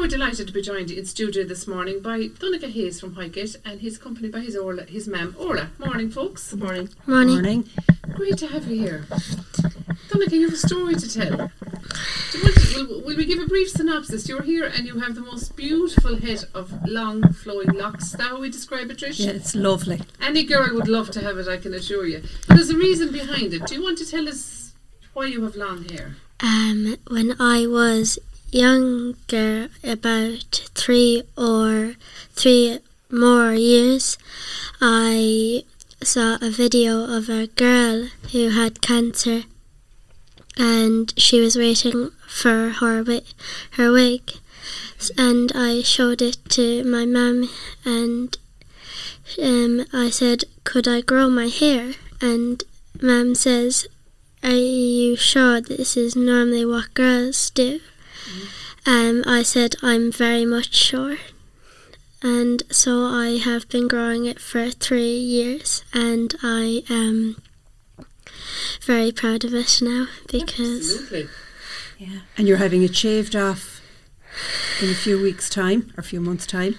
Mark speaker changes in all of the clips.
Speaker 1: we're delighted to be joined in studio this morning by Thunaga Hayes from Highgate and he's accompanied by his Orla, his ma'am Orla. Morning, folks.
Speaker 2: Good morning.
Speaker 3: Morning.
Speaker 4: Morning.
Speaker 1: Great to have you here. Thunaga, you have a story to tell. Do you want to, will, will we give a brief synopsis? You're here and you have the most beautiful head of long flowing locks. Is that how we describe it, Trish?
Speaker 4: Yeah, it's lovely.
Speaker 1: Any girl would love to have it, I can assure you. But there's a reason behind it. Do you want to tell us why you have long hair?
Speaker 3: Um, when I was younger, about three or three more years, I saw a video of a girl who had cancer, and she was waiting for her wi- her wig, S- and I showed it to my mum, and um, I said, "Could I grow my hair?" And mum says, are you sure this is normally what girls do? Um, I said, I'm very much sure. And so I have been growing it for three years, and I am very proud of it now because
Speaker 1: Absolutely.
Speaker 4: Yeah. And you're having it shaved off in a few weeks' time or a few months' time.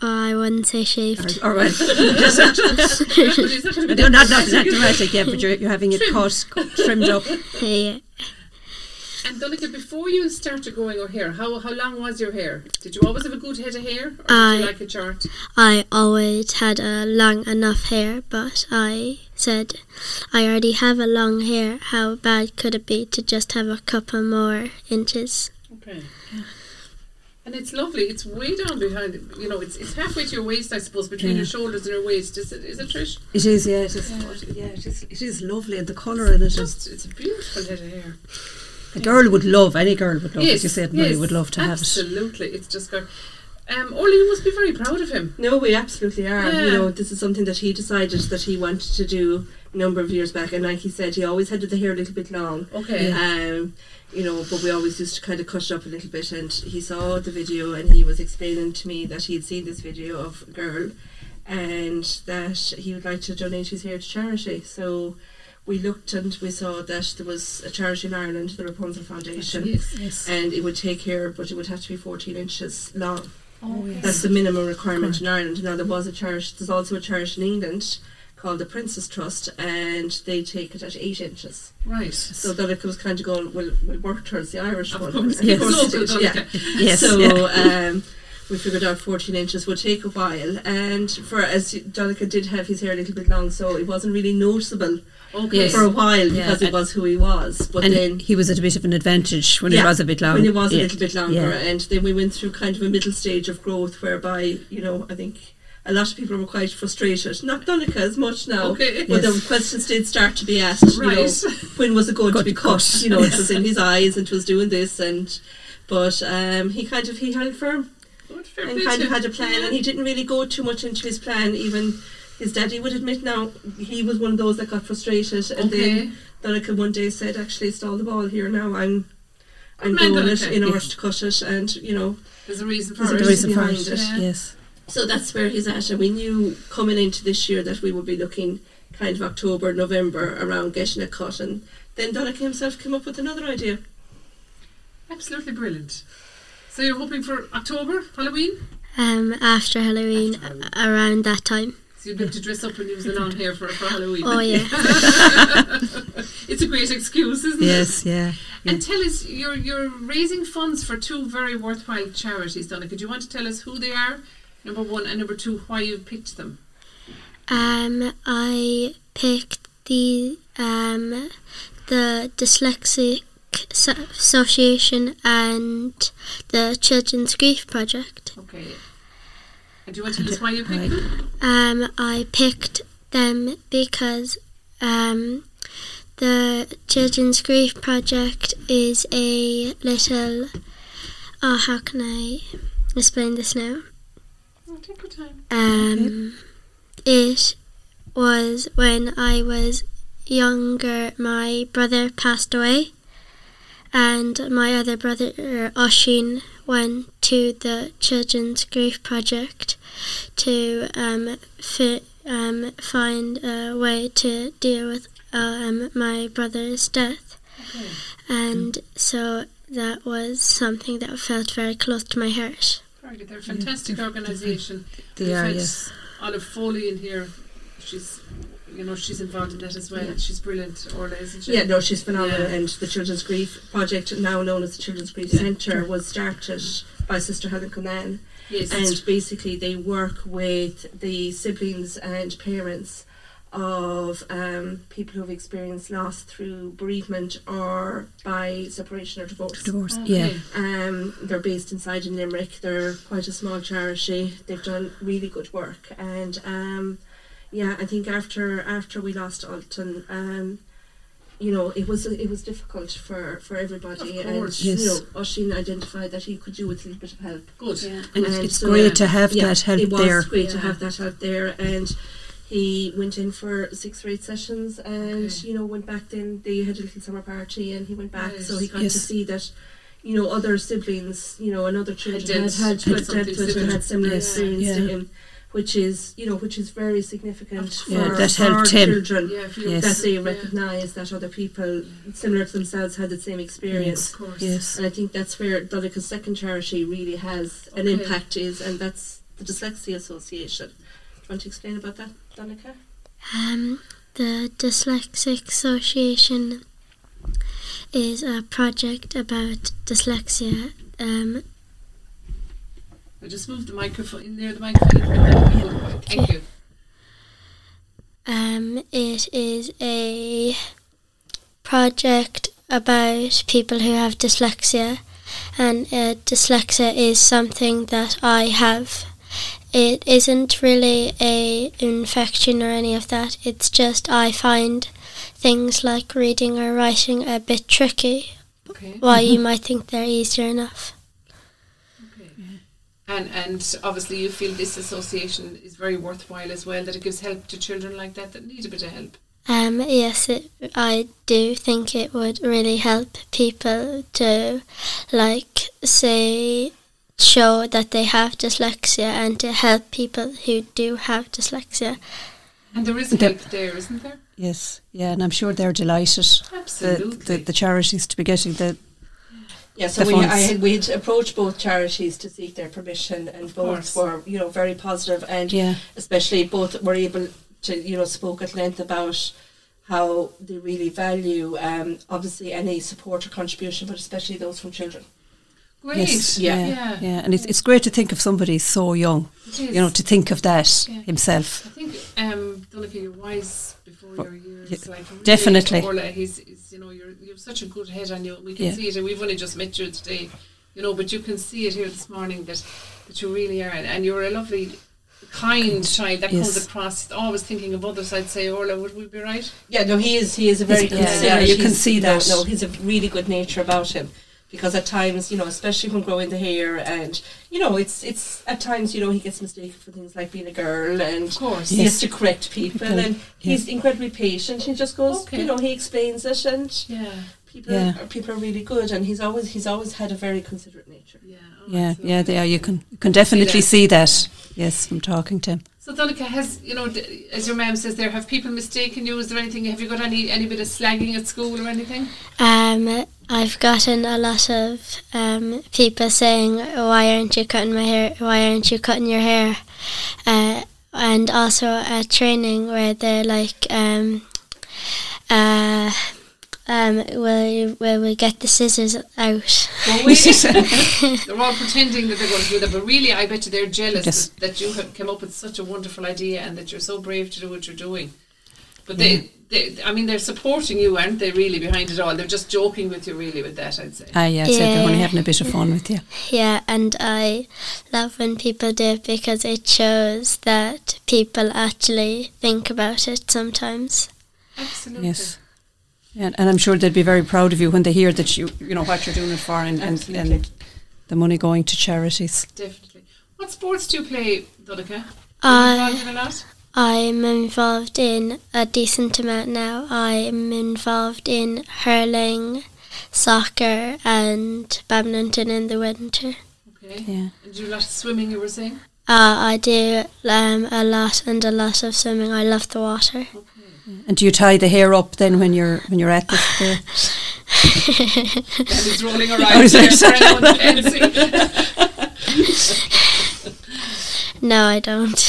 Speaker 3: I wouldn't say shaved.
Speaker 4: All right.
Speaker 1: But is that gonna be
Speaker 4: no, not, not,
Speaker 1: dramatic?
Speaker 4: not dramatic, yeah, but you're, you're having it cut, trimmed up.
Speaker 3: Yeah.
Speaker 1: And Donica, before you started growing your hair, how, how long was your hair? Did you always have a good head of hair? Or did
Speaker 3: I-
Speaker 1: you like a chart?
Speaker 3: I always had a long enough hair, but I said, I already have a long hair. How bad could it be to just have a couple more inches?
Speaker 1: Okay. And it's lovely. It's way down behind, you know, it's, it's halfway to your waist, I suppose, between
Speaker 4: Yeah.
Speaker 1: your shoulders and your waist. Is it, is it Trish?
Speaker 4: It is, yeah, it is. Yeah, it is, it is lovely, and the colour in it is.
Speaker 1: Just, it's a beautiful head of hair.
Speaker 4: A girl would love, any girl would love, as you said, Mary
Speaker 1: yes,
Speaker 4: would love to have it.
Speaker 1: Absolutely. It's just got. Um, Orly, you must be very proud of him.
Speaker 2: No, we absolutely are.
Speaker 1: Yeah.
Speaker 2: You know, this is something that he decided that he wanted to do a number of years back, and like he said, he always had the hair a little bit long.
Speaker 1: Okay.
Speaker 2: Um, you know, but we always used to kind of cut it up a little bit. And he saw the video, and he was explaining to me that he had seen this video of a girl, and that he would like to donate his hair to charity. So we looked and we saw that there was a charity in Ireland, the Rapunzel Foundation,
Speaker 1: Yes.
Speaker 4: Yes.
Speaker 2: and it would take hair, but it would have to be 14 inches long.
Speaker 4: Oh, yes.
Speaker 2: That's the minimum requirement in Ireland. Now there was a charity. There's also a charity in England called the Prince's Trust, and they take it at eight inches.
Speaker 1: Right.
Speaker 2: So that it was kind of going, well, we'll work towards the Irish
Speaker 1: Of
Speaker 2: one.
Speaker 1: course.
Speaker 2: And
Speaker 4: Yes.
Speaker 2: it
Speaker 1: Local,
Speaker 2: did,
Speaker 1: don't
Speaker 2: yeah.
Speaker 1: forget.
Speaker 4: Yes.
Speaker 2: So
Speaker 4: yeah.
Speaker 2: um, we figured out 14 inches would take a while, and for as Donica did have his hair a little bit long, so it wasn't really noticeable
Speaker 1: Okay.
Speaker 4: Yes.
Speaker 2: for a while
Speaker 4: Yeah,
Speaker 2: because
Speaker 4: and-
Speaker 2: it was who he was. But
Speaker 4: and
Speaker 2: then
Speaker 4: he was at a bit of an advantage when he
Speaker 2: Yeah,
Speaker 4: was a bit long.
Speaker 2: when it was
Speaker 4: Yeah.
Speaker 2: a little bit longer,
Speaker 4: Yeah.
Speaker 2: and then we went through kind of a middle stage of growth whereby, you know, I think a lot of people were quite frustrated. Not Donica as much now,
Speaker 1: Okay.
Speaker 2: but
Speaker 4: Yes.
Speaker 2: the questions did start to be asked, you know,
Speaker 1: Right.
Speaker 2: when was it going
Speaker 4: Got
Speaker 2: to be
Speaker 4: to
Speaker 2: cut?
Speaker 4: cut.
Speaker 2: You know, it was in his eyes and it was doing this, and but um, he kind of he held firm
Speaker 1: Good, fair
Speaker 2: and
Speaker 1: play
Speaker 2: kind
Speaker 1: to
Speaker 2: of had a
Speaker 1: him.
Speaker 2: plan, and he didn't really go too much into his plan, even. His daddy would admit now he was one of those that got frustrated, and then
Speaker 1: Okay.
Speaker 2: Donica one day said, "Actually, it's all the ball here now. I'm, I'm
Speaker 1: Good man,
Speaker 2: doing it
Speaker 1: Donica.
Speaker 2: in order to cut it, and you know."
Speaker 1: There's a reason for
Speaker 2: There's a
Speaker 1: it.
Speaker 4: There is a
Speaker 2: behind
Speaker 4: part,
Speaker 2: it.
Speaker 1: Yeah.
Speaker 4: yes.
Speaker 2: So that's where he's at, and we knew coming into this year that we would be looking kind of October, November around getting a cut, and then Donica himself came up with another idea.
Speaker 1: Absolutely brilliant. So you're hoping for October, Halloween?
Speaker 3: Um, after Halloween,
Speaker 1: After Halloween.
Speaker 3: a- around that time.
Speaker 1: So you'll be able to dress up and use the long hair for, for Halloween.
Speaker 3: Oh yeah.
Speaker 1: It's a great excuse, isn't it?
Speaker 4: Yes, yeah.
Speaker 1: And tell us, you're you're raising funds for two very worthwhile charities, Donna. Could you want to tell us who they are? Number one and number two, why you picked them.
Speaker 3: Um, I picked the um, the Dyslexic so- Association and the Children's Grief Project.
Speaker 1: Okay. And do you want to tell us why you picked them?
Speaker 3: Um, I picked them because um, the Children's Grief Project is a little. Oh, how can I explain this now?
Speaker 1: Oh, take your time.
Speaker 3: Um, It was when I was younger, my brother passed away, and my other brother, Oshin, went to the Children's Grief Project to um, fi- um, find a way to deal with um, my brother's death.
Speaker 1: Okay.
Speaker 3: And so that was something that felt very close to my heart.
Speaker 1: Very good. They're a fantastic
Speaker 4: they're-
Speaker 1: organisation.
Speaker 4: They
Speaker 1: We've
Speaker 4: are,
Speaker 1: had
Speaker 4: yes.
Speaker 1: Olive Foley in here. She's, you know, she's involved in that as well.
Speaker 2: Yeah.
Speaker 1: She's brilliant, Orla, isn't she?
Speaker 2: Yeah, no, she's phenomenal.
Speaker 1: Yeah.
Speaker 2: And the Children's Grief Project, now known as the Children's Grief
Speaker 4: Yeah.
Speaker 2: Centre, was started by Sister Helen Conan.
Speaker 1: Yes.
Speaker 2: And basically, they work with the siblings and parents of um, people who've experienced loss through bereavement or by separation or divorce.
Speaker 4: Divorce. Yeah.
Speaker 1: Okay.
Speaker 2: Um, they're based inside in Limerick. They're quite a small charity. They've done really good work, and um, yeah, I think after after we lost Alton, um, you know, it was it was difficult for for everybody,
Speaker 1: Of
Speaker 2: and
Speaker 1: course.
Speaker 2: you
Speaker 4: Yes.
Speaker 2: know, Oshin identified that he could do with a little bit of help.
Speaker 1: Good.
Speaker 4: And
Speaker 2: And
Speaker 4: it's
Speaker 2: so,
Speaker 4: great
Speaker 2: yeah,
Speaker 4: to have
Speaker 2: yeah,
Speaker 4: that help
Speaker 2: it was
Speaker 4: there.
Speaker 2: great to
Speaker 1: Yeah.
Speaker 2: have that help there, and. He went in for six or eight sessions, and
Speaker 1: Okay.
Speaker 2: you know went back. Then they had a little summer party, and he went back,
Speaker 1: Nice.
Speaker 2: so he got to
Speaker 4: Yes.
Speaker 2: see that you know, other siblings, you know, and other children
Speaker 1: dealt
Speaker 2: had
Speaker 1: with
Speaker 2: had, had
Speaker 1: something
Speaker 2: dealt with and
Speaker 1: similar.
Speaker 2: had similar
Speaker 1: Yeah.
Speaker 2: experience to
Speaker 4: Yeah.
Speaker 2: him, which is, you know, which is very significant for,
Speaker 4: Yeah, that
Speaker 2: for
Speaker 4: helped him.
Speaker 2: children
Speaker 1: Yeah, if you-
Speaker 4: Yes.
Speaker 2: that they
Speaker 1: Yeah.
Speaker 2: recognise that other people similar to themselves had the same
Speaker 1: Of
Speaker 2: experience.
Speaker 1: course.
Speaker 4: Yes.
Speaker 2: And I think that's where Donica's second charity really has an
Speaker 1: Okay.
Speaker 2: impact is, and that's the Dyslexia Association. Do you want to explain about that, Donica?
Speaker 3: Um, the Dyslexic Association is a project about dyslexia. Um,
Speaker 1: I just moved the microphone in there. The microphone. Thank you.
Speaker 3: um, it is a project about people who have dyslexia, and uh, dyslexia is something that I have. It isn't really a infection or any of that. It's just I find things like reading or writing a bit tricky.
Speaker 1: Okay.
Speaker 3: While you might think they're easier enough.
Speaker 1: Okay. And and obviously you feel this association is very worthwhile as well. That it gives help to children like that that need a bit of help.
Speaker 3: Um, yes, it, I do think it would really help people to, like, say, show that they have dyslexia and to help people who do have dyslexia.
Speaker 1: And there is help
Speaker 4: Yep.
Speaker 1: there, isn't there?
Speaker 4: Yes. Yeah, and I'm sure they're delighted. The,
Speaker 1: Absolutely.
Speaker 4: the, the charities to be getting the
Speaker 2: Yeah, so
Speaker 4: the
Speaker 2: we
Speaker 4: funds.
Speaker 2: I, had- we'd approached both charities to seek their permission, and
Speaker 1: course.
Speaker 2: both were you know very positive, and
Speaker 4: Yeah.
Speaker 2: especially both were able to you know spoke at length about how they really value um, obviously any support or contribution, but especially those from children.
Speaker 1: Great.
Speaker 4: Yes.
Speaker 1: Yeah.
Speaker 4: Yeah. Yeah. And it's, it's great to think of somebody so young,
Speaker 1: It
Speaker 4: you know,
Speaker 1: is.
Speaker 4: to think of that
Speaker 1: Yeah. I
Speaker 4: himself.
Speaker 1: think um, Donica, you're wise before
Speaker 4: Well,
Speaker 1: your years.
Speaker 4: yeah,
Speaker 1: like really,
Speaker 4: definitely.
Speaker 1: Orla, he's, he's, you know, you're, you've such a good head on you. We can
Speaker 4: Yeah.
Speaker 1: see it, and we've only just met you today, you know, but you can see it here this morning that, that you really are, and, and you're a lovely, kind child that
Speaker 4: Yes.
Speaker 1: comes across. Always thinking of others. I'd say, Orla, would we be right?
Speaker 2: Yeah, no, he is he is a very
Speaker 4: He's- yeah, yeah,
Speaker 2: considerate.
Speaker 4: you can
Speaker 2: he's-
Speaker 4: see that.
Speaker 2: No, no, he's a really good nature about him. Because at times, you know, especially when growing the hair, and you know, it's it's at times, you know, he gets mistaken for things like being a girl, and
Speaker 1: Of course.
Speaker 2: he
Speaker 4: Yes.
Speaker 2: has to correct people,
Speaker 4: People,
Speaker 2: and he's incredibly patient. He just goes,
Speaker 1: Okay.
Speaker 2: you know, he explains it, and
Speaker 1: Yeah.
Speaker 2: people
Speaker 4: Yeah.
Speaker 2: are, people are really good. And he's always he's always had a very considerate nature.
Speaker 1: Yeah. all
Speaker 4: Yeah,
Speaker 1: right, so-
Speaker 4: yeah, they are. You can you can definitely
Speaker 1: that.
Speaker 4: see that. Yes, from talking to him.
Speaker 1: So Donica, has you know, d- as your ma'am says, there have people mistaken you? Is there anything? Have you got any any bit of slagging at school or anything?
Speaker 3: Um, I've gotten a lot of um, people saying, "Why aren't you cutting my hair? Why aren't you cutting your hair?" Uh, and also at training where they're like, um, uh, um, "Will you, will we get the scissors out?"
Speaker 1: Well, we, they're all pretending that they're going to do that, but really, I bet you they're jealous
Speaker 4: Yes.
Speaker 1: that, that you have come up with such a wonderful idea and that you're so brave to do what you're doing. But they, they, I mean, they're supporting you, aren't they? Really behind it all, they're just joking with you, really, with that. I'd say.
Speaker 4: Ah, yeah, so they're only
Speaker 3: Yeah.
Speaker 4: having a bit of fun with you.
Speaker 3: Yeah, and I love when people do it because it shows that people actually think about it sometimes.
Speaker 1: Absolutely.
Speaker 4: Yes. Yeah, and I'm sure they'd be very proud of you when they hear that you you know what you're doing it for and, and,
Speaker 2: Absolutely.
Speaker 4: and the money going to charities.
Speaker 1: Definitely. What sports do you play, Donica?
Speaker 3: I
Speaker 1: a lot.
Speaker 3: I'm involved in a decent amount now. I'm involved in hurling, soccer, and badminton in the winter.
Speaker 1: Okay.
Speaker 4: Yeah.
Speaker 1: And do you like swimming? You were saying.
Speaker 3: Uh, I do um, a lot and a lot of swimming. I love the water.
Speaker 1: Okay.
Speaker 4: And do you tie the hair up then when you're when you're at the, the
Speaker 1: Ellie's rolling her eyes there for anyone who can see.
Speaker 3: No, I don't.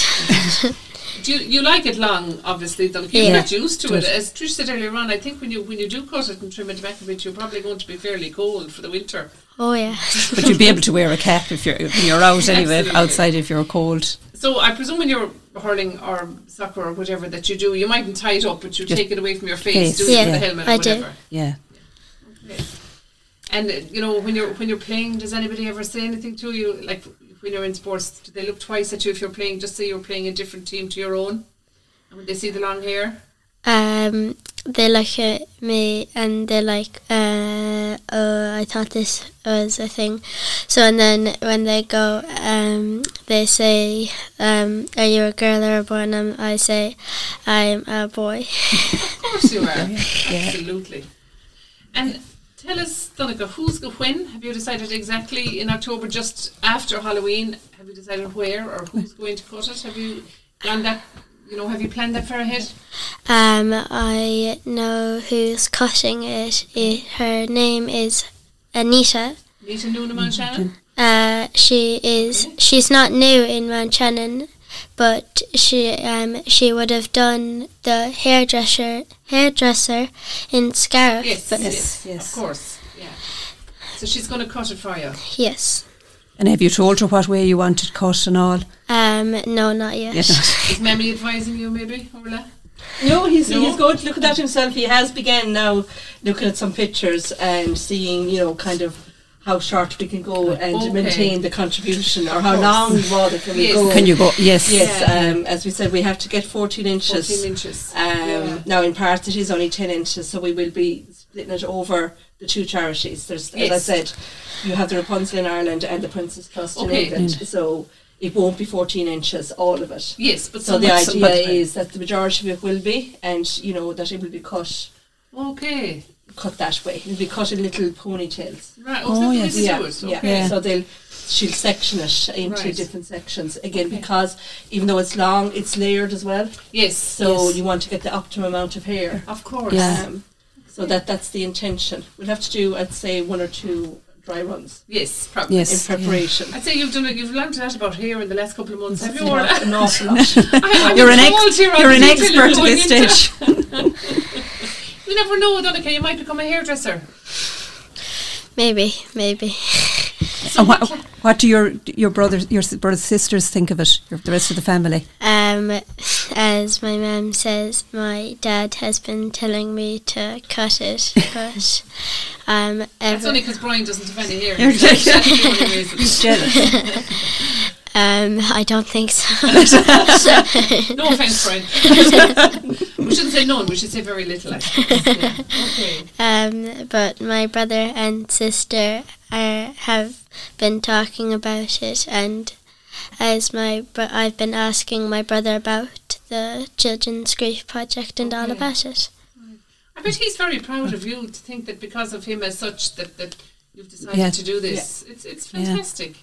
Speaker 1: Do you, you like it long, obviously, though. If you
Speaker 3: Yeah.
Speaker 1: get used to it, as Trish said earlier on, I think when you when you do cut it and trim it back a bit, you're probably going to be fairly cold for the winter.
Speaker 3: Oh yeah.
Speaker 5: But you'd be able to wear a cap if you're if you're out anyway,
Speaker 1: Absolutely.
Speaker 5: outside if you're cold.
Speaker 1: So I presume when you're hurling or soccer or whatever that you do, you mightn't tie it up, but you
Speaker 5: Just
Speaker 1: take it away from your
Speaker 5: face,
Speaker 1: face, do it
Speaker 3: yeah.
Speaker 1: with the helmet or
Speaker 3: I do.
Speaker 1: whatever.
Speaker 5: Yeah.
Speaker 1: And uh, you know when you're when you're playing, does anybody ever say anything to you? Like when you're in sports, do they look twice at you if you're playing? Just say you're playing a different team to your own, and when they see the long hair,
Speaker 3: Um, they look at me and they're like, uh, "Oh, I thought this was a thing." So and then when they go, um, they say, um, "Are you a girl or a boy?" And I'm- I say, "I'm a boy."
Speaker 1: of course you are, absolutely. And tell us, Donica, who's go when? Have you decided exactly in October, just after Halloween? Have you decided where or who's going to cut it? Have you planned that? You know, have you planned that far ahead?
Speaker 3: Um, I know who's cutting it. I- Her name is Anita.
Speaker 1: Nita Noonan Mount
Speaker 5: Mm-hmm.
Speaker 1: Shannon.
Speaker 3: Uh, she is. She's not new in Mount Shannon, but she um she would have done the hairdresser hairdresser in Scarf.
Speaker 1: Yes,
Speaker 5: Yes,
Speaker 1: yes,
Speaker 5: yes.
Speaker 1: of course. Yeah. So she's going to cut it for you.
Speaker 3: Yes.
Speaker 5: And have you told her what way you want it cut and all?
Speaker 3: Um. No, not yet.
Speaker 1: Is Mammy advising you, maybe, Orla?
Speaker 2: No, he's
Speaker 1: No?
Speaker 2: he's good. Looking at himself, he has began now looking at some pictures and seeing, you know, kind of how short we can go and
Speaker 1: Okay.
Speaker 2: maintain the contribution, or how long rather can we
Speaker 1: Yes.
Speaker 2: go?
Speaker 5: Can you go? Yes.
Speaker 2: Yes,
Speaker 1: Yeah.
Speaker 2: um, as we said, we have to get fourteen inches.
Speaker 1: 14 inches.
Speaker 2: Um,
Speaker 1: Yeah.
Speaker 2: Now, in parts, it is only 10 inches, so we will be splitting it over the two charities. There's,
Speaker 1: Yes.
Speaker 2: As I said, you have the Rapunzel in Ireland and the Princess Trust
Speaker 1: Okay.
Speaker 2: in England, so it won't be 14 inches, all of it.
Speaker 1: Yes, but
Speaker 2: So the
Speaker 1: somewhat-
Speaker 2: idea
Speaker 1: somewhat-
Speaker 2: is that the majority of it will be, and you know that it will be cut
Speaker 1: Okay.
Speaker 2: cut that way. It'll be cut in little ponytails.
Speaker 1: Right.
Speaker 5: Oh,
Speaker 1: Oh,
Speaker 5: yes.
Speaker 1: yes.
Speaker 2: Yeah, yeah.
Speaker 1: Okay.
Speaker 2: So they'll she'll section it into
Speaker 1: Right.
Speaker 2: different sections again
Speaker 1: Okay.
Speaker 2: because even though it's long, it's layered as well.
Speaker 1: Yes.
Speaker 2: So
Speaker 1: yes.
Speaker 2: you want to get the optimum amount of hair.
Speaker 1: of course.
Speaker 5: Yeah.
Speaker 2: Um, so that that's the intention. We'll have to do, I'd say, one or two dry runs
Speaker 1: Yes, probably.
Speaker 5: Yes.
Speaker 2: in preparation.
Speaker 1: I'd say you've done it. You've learned a lot about hair in the last couple of months, have you,
Speaker 2: You know,
Speaker 1: Orla?
Speaker 2: an awful lot.
Speaker 1: I- I'm
Speaker 5: You're an
Speaker 1: appalled
Speaker 5: ex-
Speaker 1: here on
Speaker 5: you're an
Speaker 1: the detail
Speaker 5: expert at
Speaker 1: going
Speaker 5: this
Speaker 1: into-
Speaker 5: stage.
Speaker 1: You never know, Donica. You might become a hairdresser.
Speaker 3: Maybe. Maybe.
Speaker 5: And what, what do your your brothers your s- brothers sisters think of it? Your, the rest of the family?
Speaker 3: Um. As my mum says, my dad has been telling me to cut it, but um.
Speaker 1: That's only
Speaker 3: Every,
Speaker 1: because Brian doesn't have any hair. That's the only reason.
Speaker 5: Jealous.
Speaker 3: um. I don't think so.
Speaker 1: No offense, Brian. we shouldn't say none. We should say very little. I suppose. Yeah. Okay.
Speaker 3: Um, but my brother and sister are, have been talking about it, and as my bro- I've been asking my brother about the children's grief project and all
Speaker 1: Okay.
Speaker 3: about it.
Speaker 1: I bet he's very proud of you to think that because of him as such that, that you've decided
Speaker 5: Yeah.
Speaker 1: to do this. It's it's
Speaker 5: Yeah.
Speaker 1: fantastic.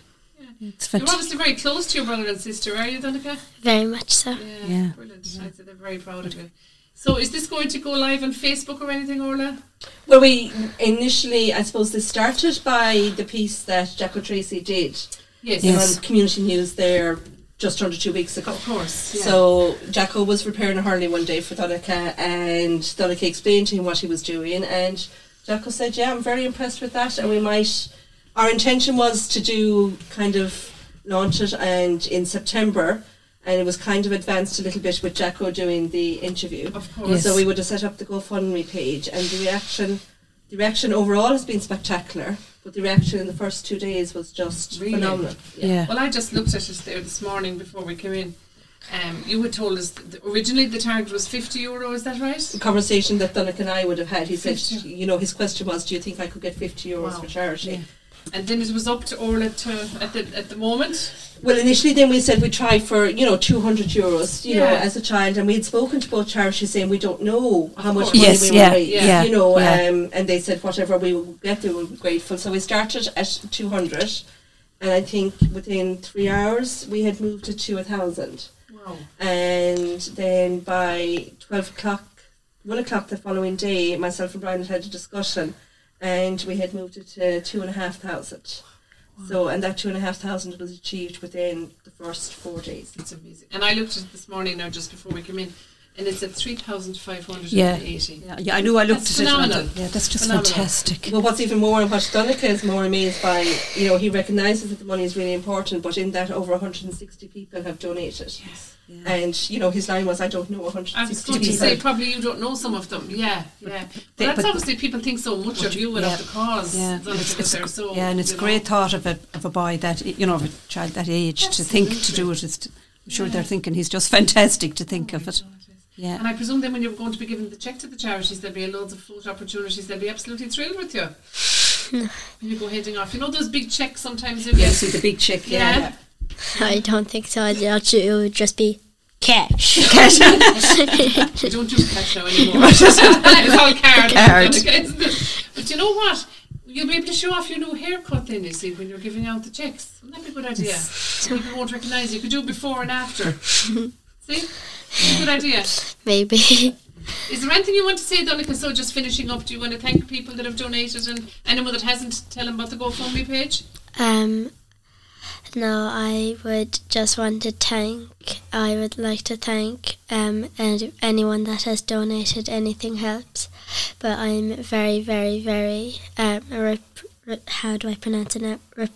Speaker 5: It's
Speaker 1: You're
Speaker 5: fantastic.
Speaker 1: obviously very close to your brother and sister, are you, Donica?
Speaker 3: Very much so.
Speaker 1: Yeah,
Speaker 5: Yeah.
Speaker 1: brilliant. I'd say they're very proud of you. So is this going to go live on Facebook or anything, Orla?
Speaker 2: well, we initially, I suppose, this started by the piece that Jack O'Tracy did
Speaker 1: Yes,
Speaker 5: Yes.
Speaker 2: on community news there just under two weeks ago.
Speaker 1: of course. Yeah.
Speaker 2: So Jacko was repairing a Harley one day for Donica, and Donica explained to him what he was doing, and Jacko said, "Yeah, I'm very impressed with that." And we might, our intention was to do kind of launch it, and in September, and it was kind of advanced a little bit with Jacko doing the interview.
Speaker 1: of
Speaker 5: Yes.
Speaker 1: course.
Speaker 2: So we would have set up the GoFundMe page, and the reaction, the reaction overall has been spectacular. But the reaction in the first two days was just
Speaker 1: Really?
Speaker 2: phenomenal.
Speaker 5: Yeah.
Speaker 1: Well, I just looked at it there this morning before we came in. Um, you had told us that originally the target was 50 euro, is that right?
Speaker 2: conversation that Donegal and I would have had. He said,
Speaker 1: 50.
Speaker 2: you know, his question was, do you think I could get 50 euros
Speaker 1: Wow.
Speaker 2: for charity?
Speaker 1: And then it was up to Orla to, at, the, at the moment.
Speaker 2: Well, initially then we said we'd try for, you know, 200 euros, you know,
Speaker 1: Yeah.
Speaker 2: as a child. And we had spoken to both charities saying we don't know how
Speaker 1: Of
Speaker 2: much
Speaker 1: course.
Speaker 2: money
Speaker 5: Yes,
Speaker 2: we
Speaker 5: yeah,
Speaker 2: will raise,
Speaker 1: yeah,
Speaker 2: you know.
Speaker 5: yeah.
Speaker 2: Um, and they said whatever we would get, they would be grateful. So we started at 200. And I think within three hours, we had moved it to 1,000.
Speaker 1: Wow.
Speaker 2: And then by 12 o'clock, 1 o'clock the following day, myself and Brian had had a discussion. and we had moved it to two and a half thousand. So, and that two and a half thousand was achieved within the first four days.
Speaker 1: It's amazing. And I looked at it this morning now just before we came in, and it's at 3,580.
Speaker 5: Yeah. Yeah, yeah, I know. I looked
Speaker 1: That's
Speaker 5: at it.
Speaker 1: phenomenal.
Speaker 5: and I thought, Yeah, that's just
Speaker 1: Phenomenal.
Speaker 5: fantastic.
Speaker 2: Well, what's even more and what Donica is more amazed by, you know, he recognises that the money is really important, but in that over 160 people have donated.
Speaker 1: Yes.
Speaker 2: And, you know, his line was, I don't know
Speaker 1: I was
Speaker 2: 160
Speaker 1: going to
Speaker 2: people.
Speaker 1: say, probably you don't know some of them. Yeah, yeah. But
Speaker 5: they-
Speaker 1: that's
Speaker 5: but-
Speaker 1: obviously people think so much of you and
Speaker 5: yeah.
Speaker 1: of the cause.
Speaker 5: Yeah,
Speaker 1: Donica,
Speaker 5: it's,
Speaker 1: that
Speaker 5: it's,
Speaker 1: they're so,
Speaker 5: yeah, and it's
Speaker 1: you know.
Speaker 5: great thought of a of a boy that you know of a child that age to think to do it. Is to, I'm sure they're thinking he's just fantastic to think of it. Yeah.
Speaker 1: And I presume then when you're going to be giving the check to the charities, there'll be loads of float opportunities. They'll be absolutely thrilled with you when you go heading off. You know those big checks sometimes you
Speaker 5: Yeah,
Speaker 1: get.
Speaker 5: see the big chick.
Speaker 1: Yeah.
Speaker 5: Yeah,
Speaker 3: I don't think so. I'd- I'd ju- It would just be cash.
Speaker 1: We don't do cash now anymore. it's all card.
Speaker 5: Card.
Speaker 1: But you know what? You'll be able to show off your new haircut then, you see, when you're giving out the checks. Wouldn't that be a good idea? People won't recognise you. You could do before and after. see? Good idea.
Speaker 3: Maybe.
Speaker 1: Is there anything you want to say, Donica? So, just finishing up, do you want to thank people that have donated and anyone that hasn't, tell them about the GoFundMe page?
Speaker 3: Um, no, I would just want to thank. I would like to thank um and anyone that has donated anything helps, but I'm very, very, very um rep, rep, how do I pronounce it now? Rep,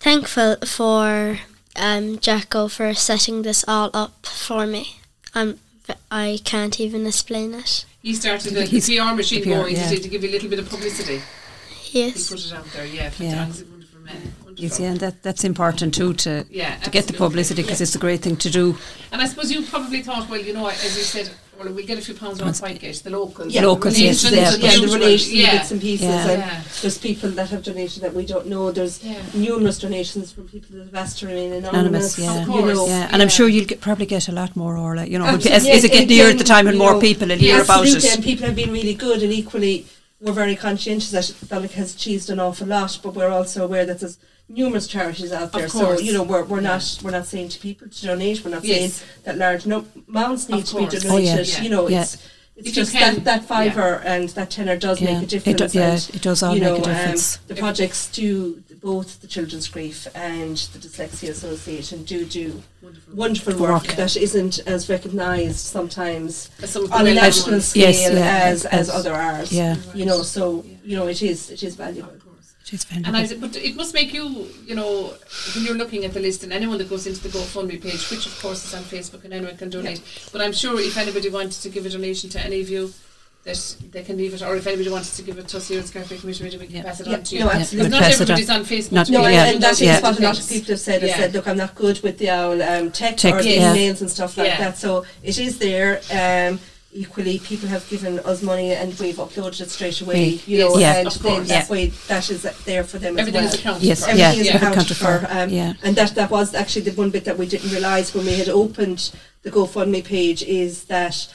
Speaker 3: thankful for um Jacko for setting this all up for me. I'm. v- I can't even explain it.
Speaker 1: He started the,
Speaker 5: He's-
Speaker 1: the PR machine
Speaker 5: the PR,
Speaker 1: going
Speaker 5: yeah.
Speaker 1: did to give you a little bit of publicity. He
Speaker 3: Yes.
Speaker 1: put it out there, yeah.
Speaker 5: Yeah.
Speaker 1: fantastic, Wonderful man. Wonderful.
Speaker 5: You see, and that that's important too to
Speaker 1: Yeah,
Speaker 5: to get the
Speaker 1: absolutely.
Speaker 5: publicity because it's a great thing to do.
Speaker 1: And I suppose you probably thought, well, you know, as you said, well, we'll get a few pounds on Whitegate, the locals.
Speaker 5: Yeah,
Speaker 1: the
Speaker 5: locals, yes,
Speaker 1: relations
Speaker 5: yeah.
Speaker 1: and
Speaker 2: yeah, the
Speaker 1: usual,
Speaker 2: relations
Speaker 1: yeah.
Speaker 2: bits and pieces.
Speaker 5: Yeah.
Speaker 2: And
Speaker 1: Yeah.
Speaker 2: there's people that have donated that we don't know. There's
Speaker 1: Yeah.
Speaker 2: numerous donations from people that have asked to remain anonymous.
Speaker 5: Anonymous, yeah,
Speaker 1: Of course,
Speaker 5: yeah. And
Speaker 1: yeah.
Speaker 5: I'm sure you'll get, probably get a lot more, Orla. You know, as,
Speaker 1: Absolutely.
Speaker 5: as it
Speaker 2: Oh, Yeah,
Speaker 5: get nearer the time and
Speaker 2: you
Speaker 5: more
Speaker 2: know,
Speaker 5: people will hear about
Speaker 2: absolutely,
Speaker 5: it.
Speaker 2: And people have been really good, and equally, we're very conscientious that Donegal has achieved an awful lot, but we're also aware that there's numerous charities out there. So
Speaker 1: course.
Speaker 2: you know, we're, we're not we're not saying to people to donate. We're not
Speaker 1: Yes.
Speaker 2: saying that large no, amounts need
Speaker 1: Of
Speaker 2: to be
Speaker 1: course.
Speaker 2: donated.
Speaker 1: Oh,
Speaker 5: yeah.
Speaker 1: Yeah.
Speaker 2: You know,
Speaker 5: Yeah.
Speaker 2: it's. It's
Speaker 1: If you
Speaker 2: just
Speaker 1: can,
Speaker 2: that, that fiver and that tenner does
Speaker 5: Yeah.
Speaker 2: make a
Speaker 5: It do-
Speaker 2: difference.
Speaker 5: yeah,
Speaker 2: and,
Speaker 5: it does all
Speaker 2: you
Speaker 5: make a
Speaker 2: know,
Speaker 5: difference.
Speaker 2: Um, the projects do both the Children's Grief and the Dyslexia Association do do
Speaker 1: Wonderful.
Speaker 2: wonderful work
Speaker 5: Work.
Speaker 2: that isn't as recognised sometimes
Speaker 1: As some of the
Speaker 2: on a
Speaker 1: well-known
Speaker 2: national
Speaker 1: ones.
Speaker 2: scale
Speaker 5: Yes, yeah,
Speaker 2: as, as
Speaker 5: as-
Speaker 2: other ours.
Speaker 5: yeah.
Speaker 2: You know, so
Speaker 1: Yeah.
Speaker 2: you know it is it is valuable.
Speaker 1: Of course.
Speaker 5: She's
Speaker 1: And I,
Speaker 5: fantastic.
Speaker 1: but it must make you, you know, when you're looking at the list and anyone that goes into the GoFundMe page, which of course is on Facebook and anyone can donate. But I'm sure if anybody wanted to give a donation to any of you, that they can leave it, or if anybody wanted to give it to us here at Scarfay Community Radio, we can
Speaker 5: Yeah.
Speaker 1: pass it
Speaker 2: Yeah.
Speaker 1: on to you.
Speaker 2: No,
Speaker 1: Because
Speaker 2: absolutely.
Speaker 1: not
Speaker 5: Pass it on.
Speaker 1: everybody's on Facebook.
Speaker 5: Not-
Speaker 1: to be
Speaker 2: No,
Speaker 1: able
Speaker 5: Yeah.
Speaker 1: to
Speaker 2: and, and that's
Speaker 1: donate
Speaker 5: Yeah.
Speaker 2: what a lot of
Speaker 1: things.
Speaker 2: people have said. Is
Speaker 1: Yeah.
Speaker 2: said, look, I'm not good with the owl um, tech,
Speaker 5: Tech,
Speaker 2: or
Speaker 5: yeah.
Speaker 2: emails and stuff like
Speaker 1: Yeah.
Speaker 2: that. So it is there. Um, equally, people have given us money and we've uploaded it straight away.
Speaker 5: Mm.
Speaker 2: You know,
Speaker 5: Yes,
Speaker 2: and
Speaker 1: of
Speaker 2: they,
Speaker 1: course.
Speaker 2: that way that is there for them
Speaker 1: Everything is
Speaker 2: as well.
Speaker 1: accounted
Speaker 5: Yes,
Speaker 1: for.
Speaker 5: yeah.
Speaker 2: Everything
Speaker 5: Yeah.
Speaker 2: is accounted
Speaker 5: Accounted
Speaker 2: for.
Speaker 5: for,
Speaker 2: Um,
Speaker 5: yeah.
Speaker 2: And that, that was actually the one bit that we didn't realise when we had opened the GoFundMe page is that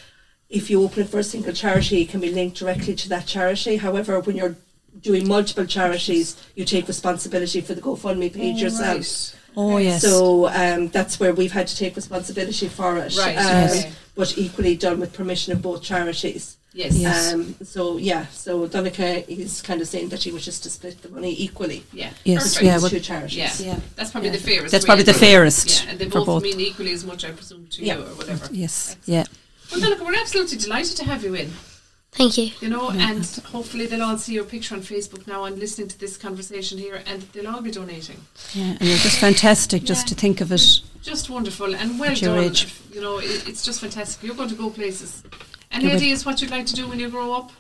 Speaker 2: if you open it for a single charity, it can be linked directly to that charity. However, when you're doing multiple charities, you take responsibility for the GoFundMe page yourself.
Speaker 5: oh yes.
Speaker 2: So um, that's where we've had to take responsibility for it.
Speaker 1: Right,
Speaker 2: Um,
Speaker 1: yes.
Speaker 2: But equally done with permission of both charities.
Speaker 1: Yes.
Speaker 5: Yeah. Yes.
Speaker 2: Um, so yeah, so Donica is kind of saying that she wishes to split the money equally
Speaker 1: Yeah.
Speaker 5: Yes,
Speaker 1: Perfect.
Speaker 5: yeah,
Speaker 2: between
Speaker 5: well-
Speaker 2: two charities.
Speaker 1: Yeah.
Speaker 5: yeah.
Speaker 1: That's probably
Speaker 5: Yeah.
Speaker 1: the fairest.
Speaker 5: That's
Speaker 1: way
Speaker 5: probably
Speaker 1: of doing
Speaker 5: the
Speaker 1: it.
Speaker 5: fairest
Speaker 1: Yeah, and they
Speaker 5: for
Speaker 1: both,
Speaker 5: both.
Speaker 1: mean equally as much, I presume, to
Speaker 2: Yeah.
Speaker 1: you or whatever.
Speaker 5: Yes. Yeah.
Speaker 1: Well, Donica, we're absolutely delighted to have you in.
Speaker 3: Thank you.
Speaker 1: You know, and hopefully they'll all see your picture on Facebook now and listening to this conversation here, and they'll all be donating.
Speaker 5: Yeah. And it's just fantastic just
Speaker 1: Yeah.
Speaker 5: to think of it.
Speaker 1: Just wonderful and well
Speaker 5: At your
Speaker 1: done.
Speaker 5: age.
Speaker 1: You know, it, it's just fantastic. You're going to go places. Any
Speaker 5: Yeah, but-
Speaker 1: ideas what you'd like to do when you grow up?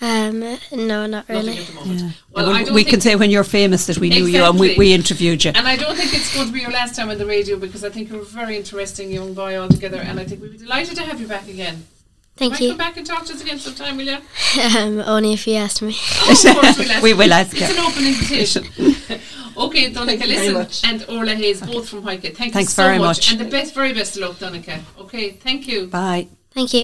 Speaker 3: Um, no, not
Speaker 1: Nothing
Speaker 3: really.
Speaker 1: at the moment.
Speaker 5: Yeah.
Speaker 1: Well,
Speaker 5: And
Speaker 1: I
Speaker 5: we-
Speaker 1: don't
Speaker 5: we
Speaker 1: think-
Speaker 5: can say when you're famous that we knew you and we,
Speaker 1: Exactly.
Speaker 5: we interviewed you.
Speaker 1: And I don't think it's going to be your last time on the radio because I think you're a very interesting young boy altogether, and I think we'd be delighted to have you back again.
Speaker 3: Thank
Speaker 1: Might
Speaker 3: you.
Speaker 1: come back and talk to us again sometime, will you?
Speaker 3: Um, only if you asked me.
Speaker 1: Oh, of course we'll ask
Speaker 5: We
Speaker 1: you.
Speaker 5: will ask
Speaker 1: It's
Speaker 5: you.
Speaker 1: an open invitation. okay, Donica,
Speaker 2: you very much.
Speaker 1: listen, and Orla Hayes, both from Highgate. Thank
Speaker 5: Thanks
Speaker 1: you so
Speaker 5: very
Speaker 1: much.
Speaker 5: much.
Speaker 1: and the best, very best of luck, Donica. Okay, thank you.
Speaker 5: Bye.
Speaker 3: Thank you.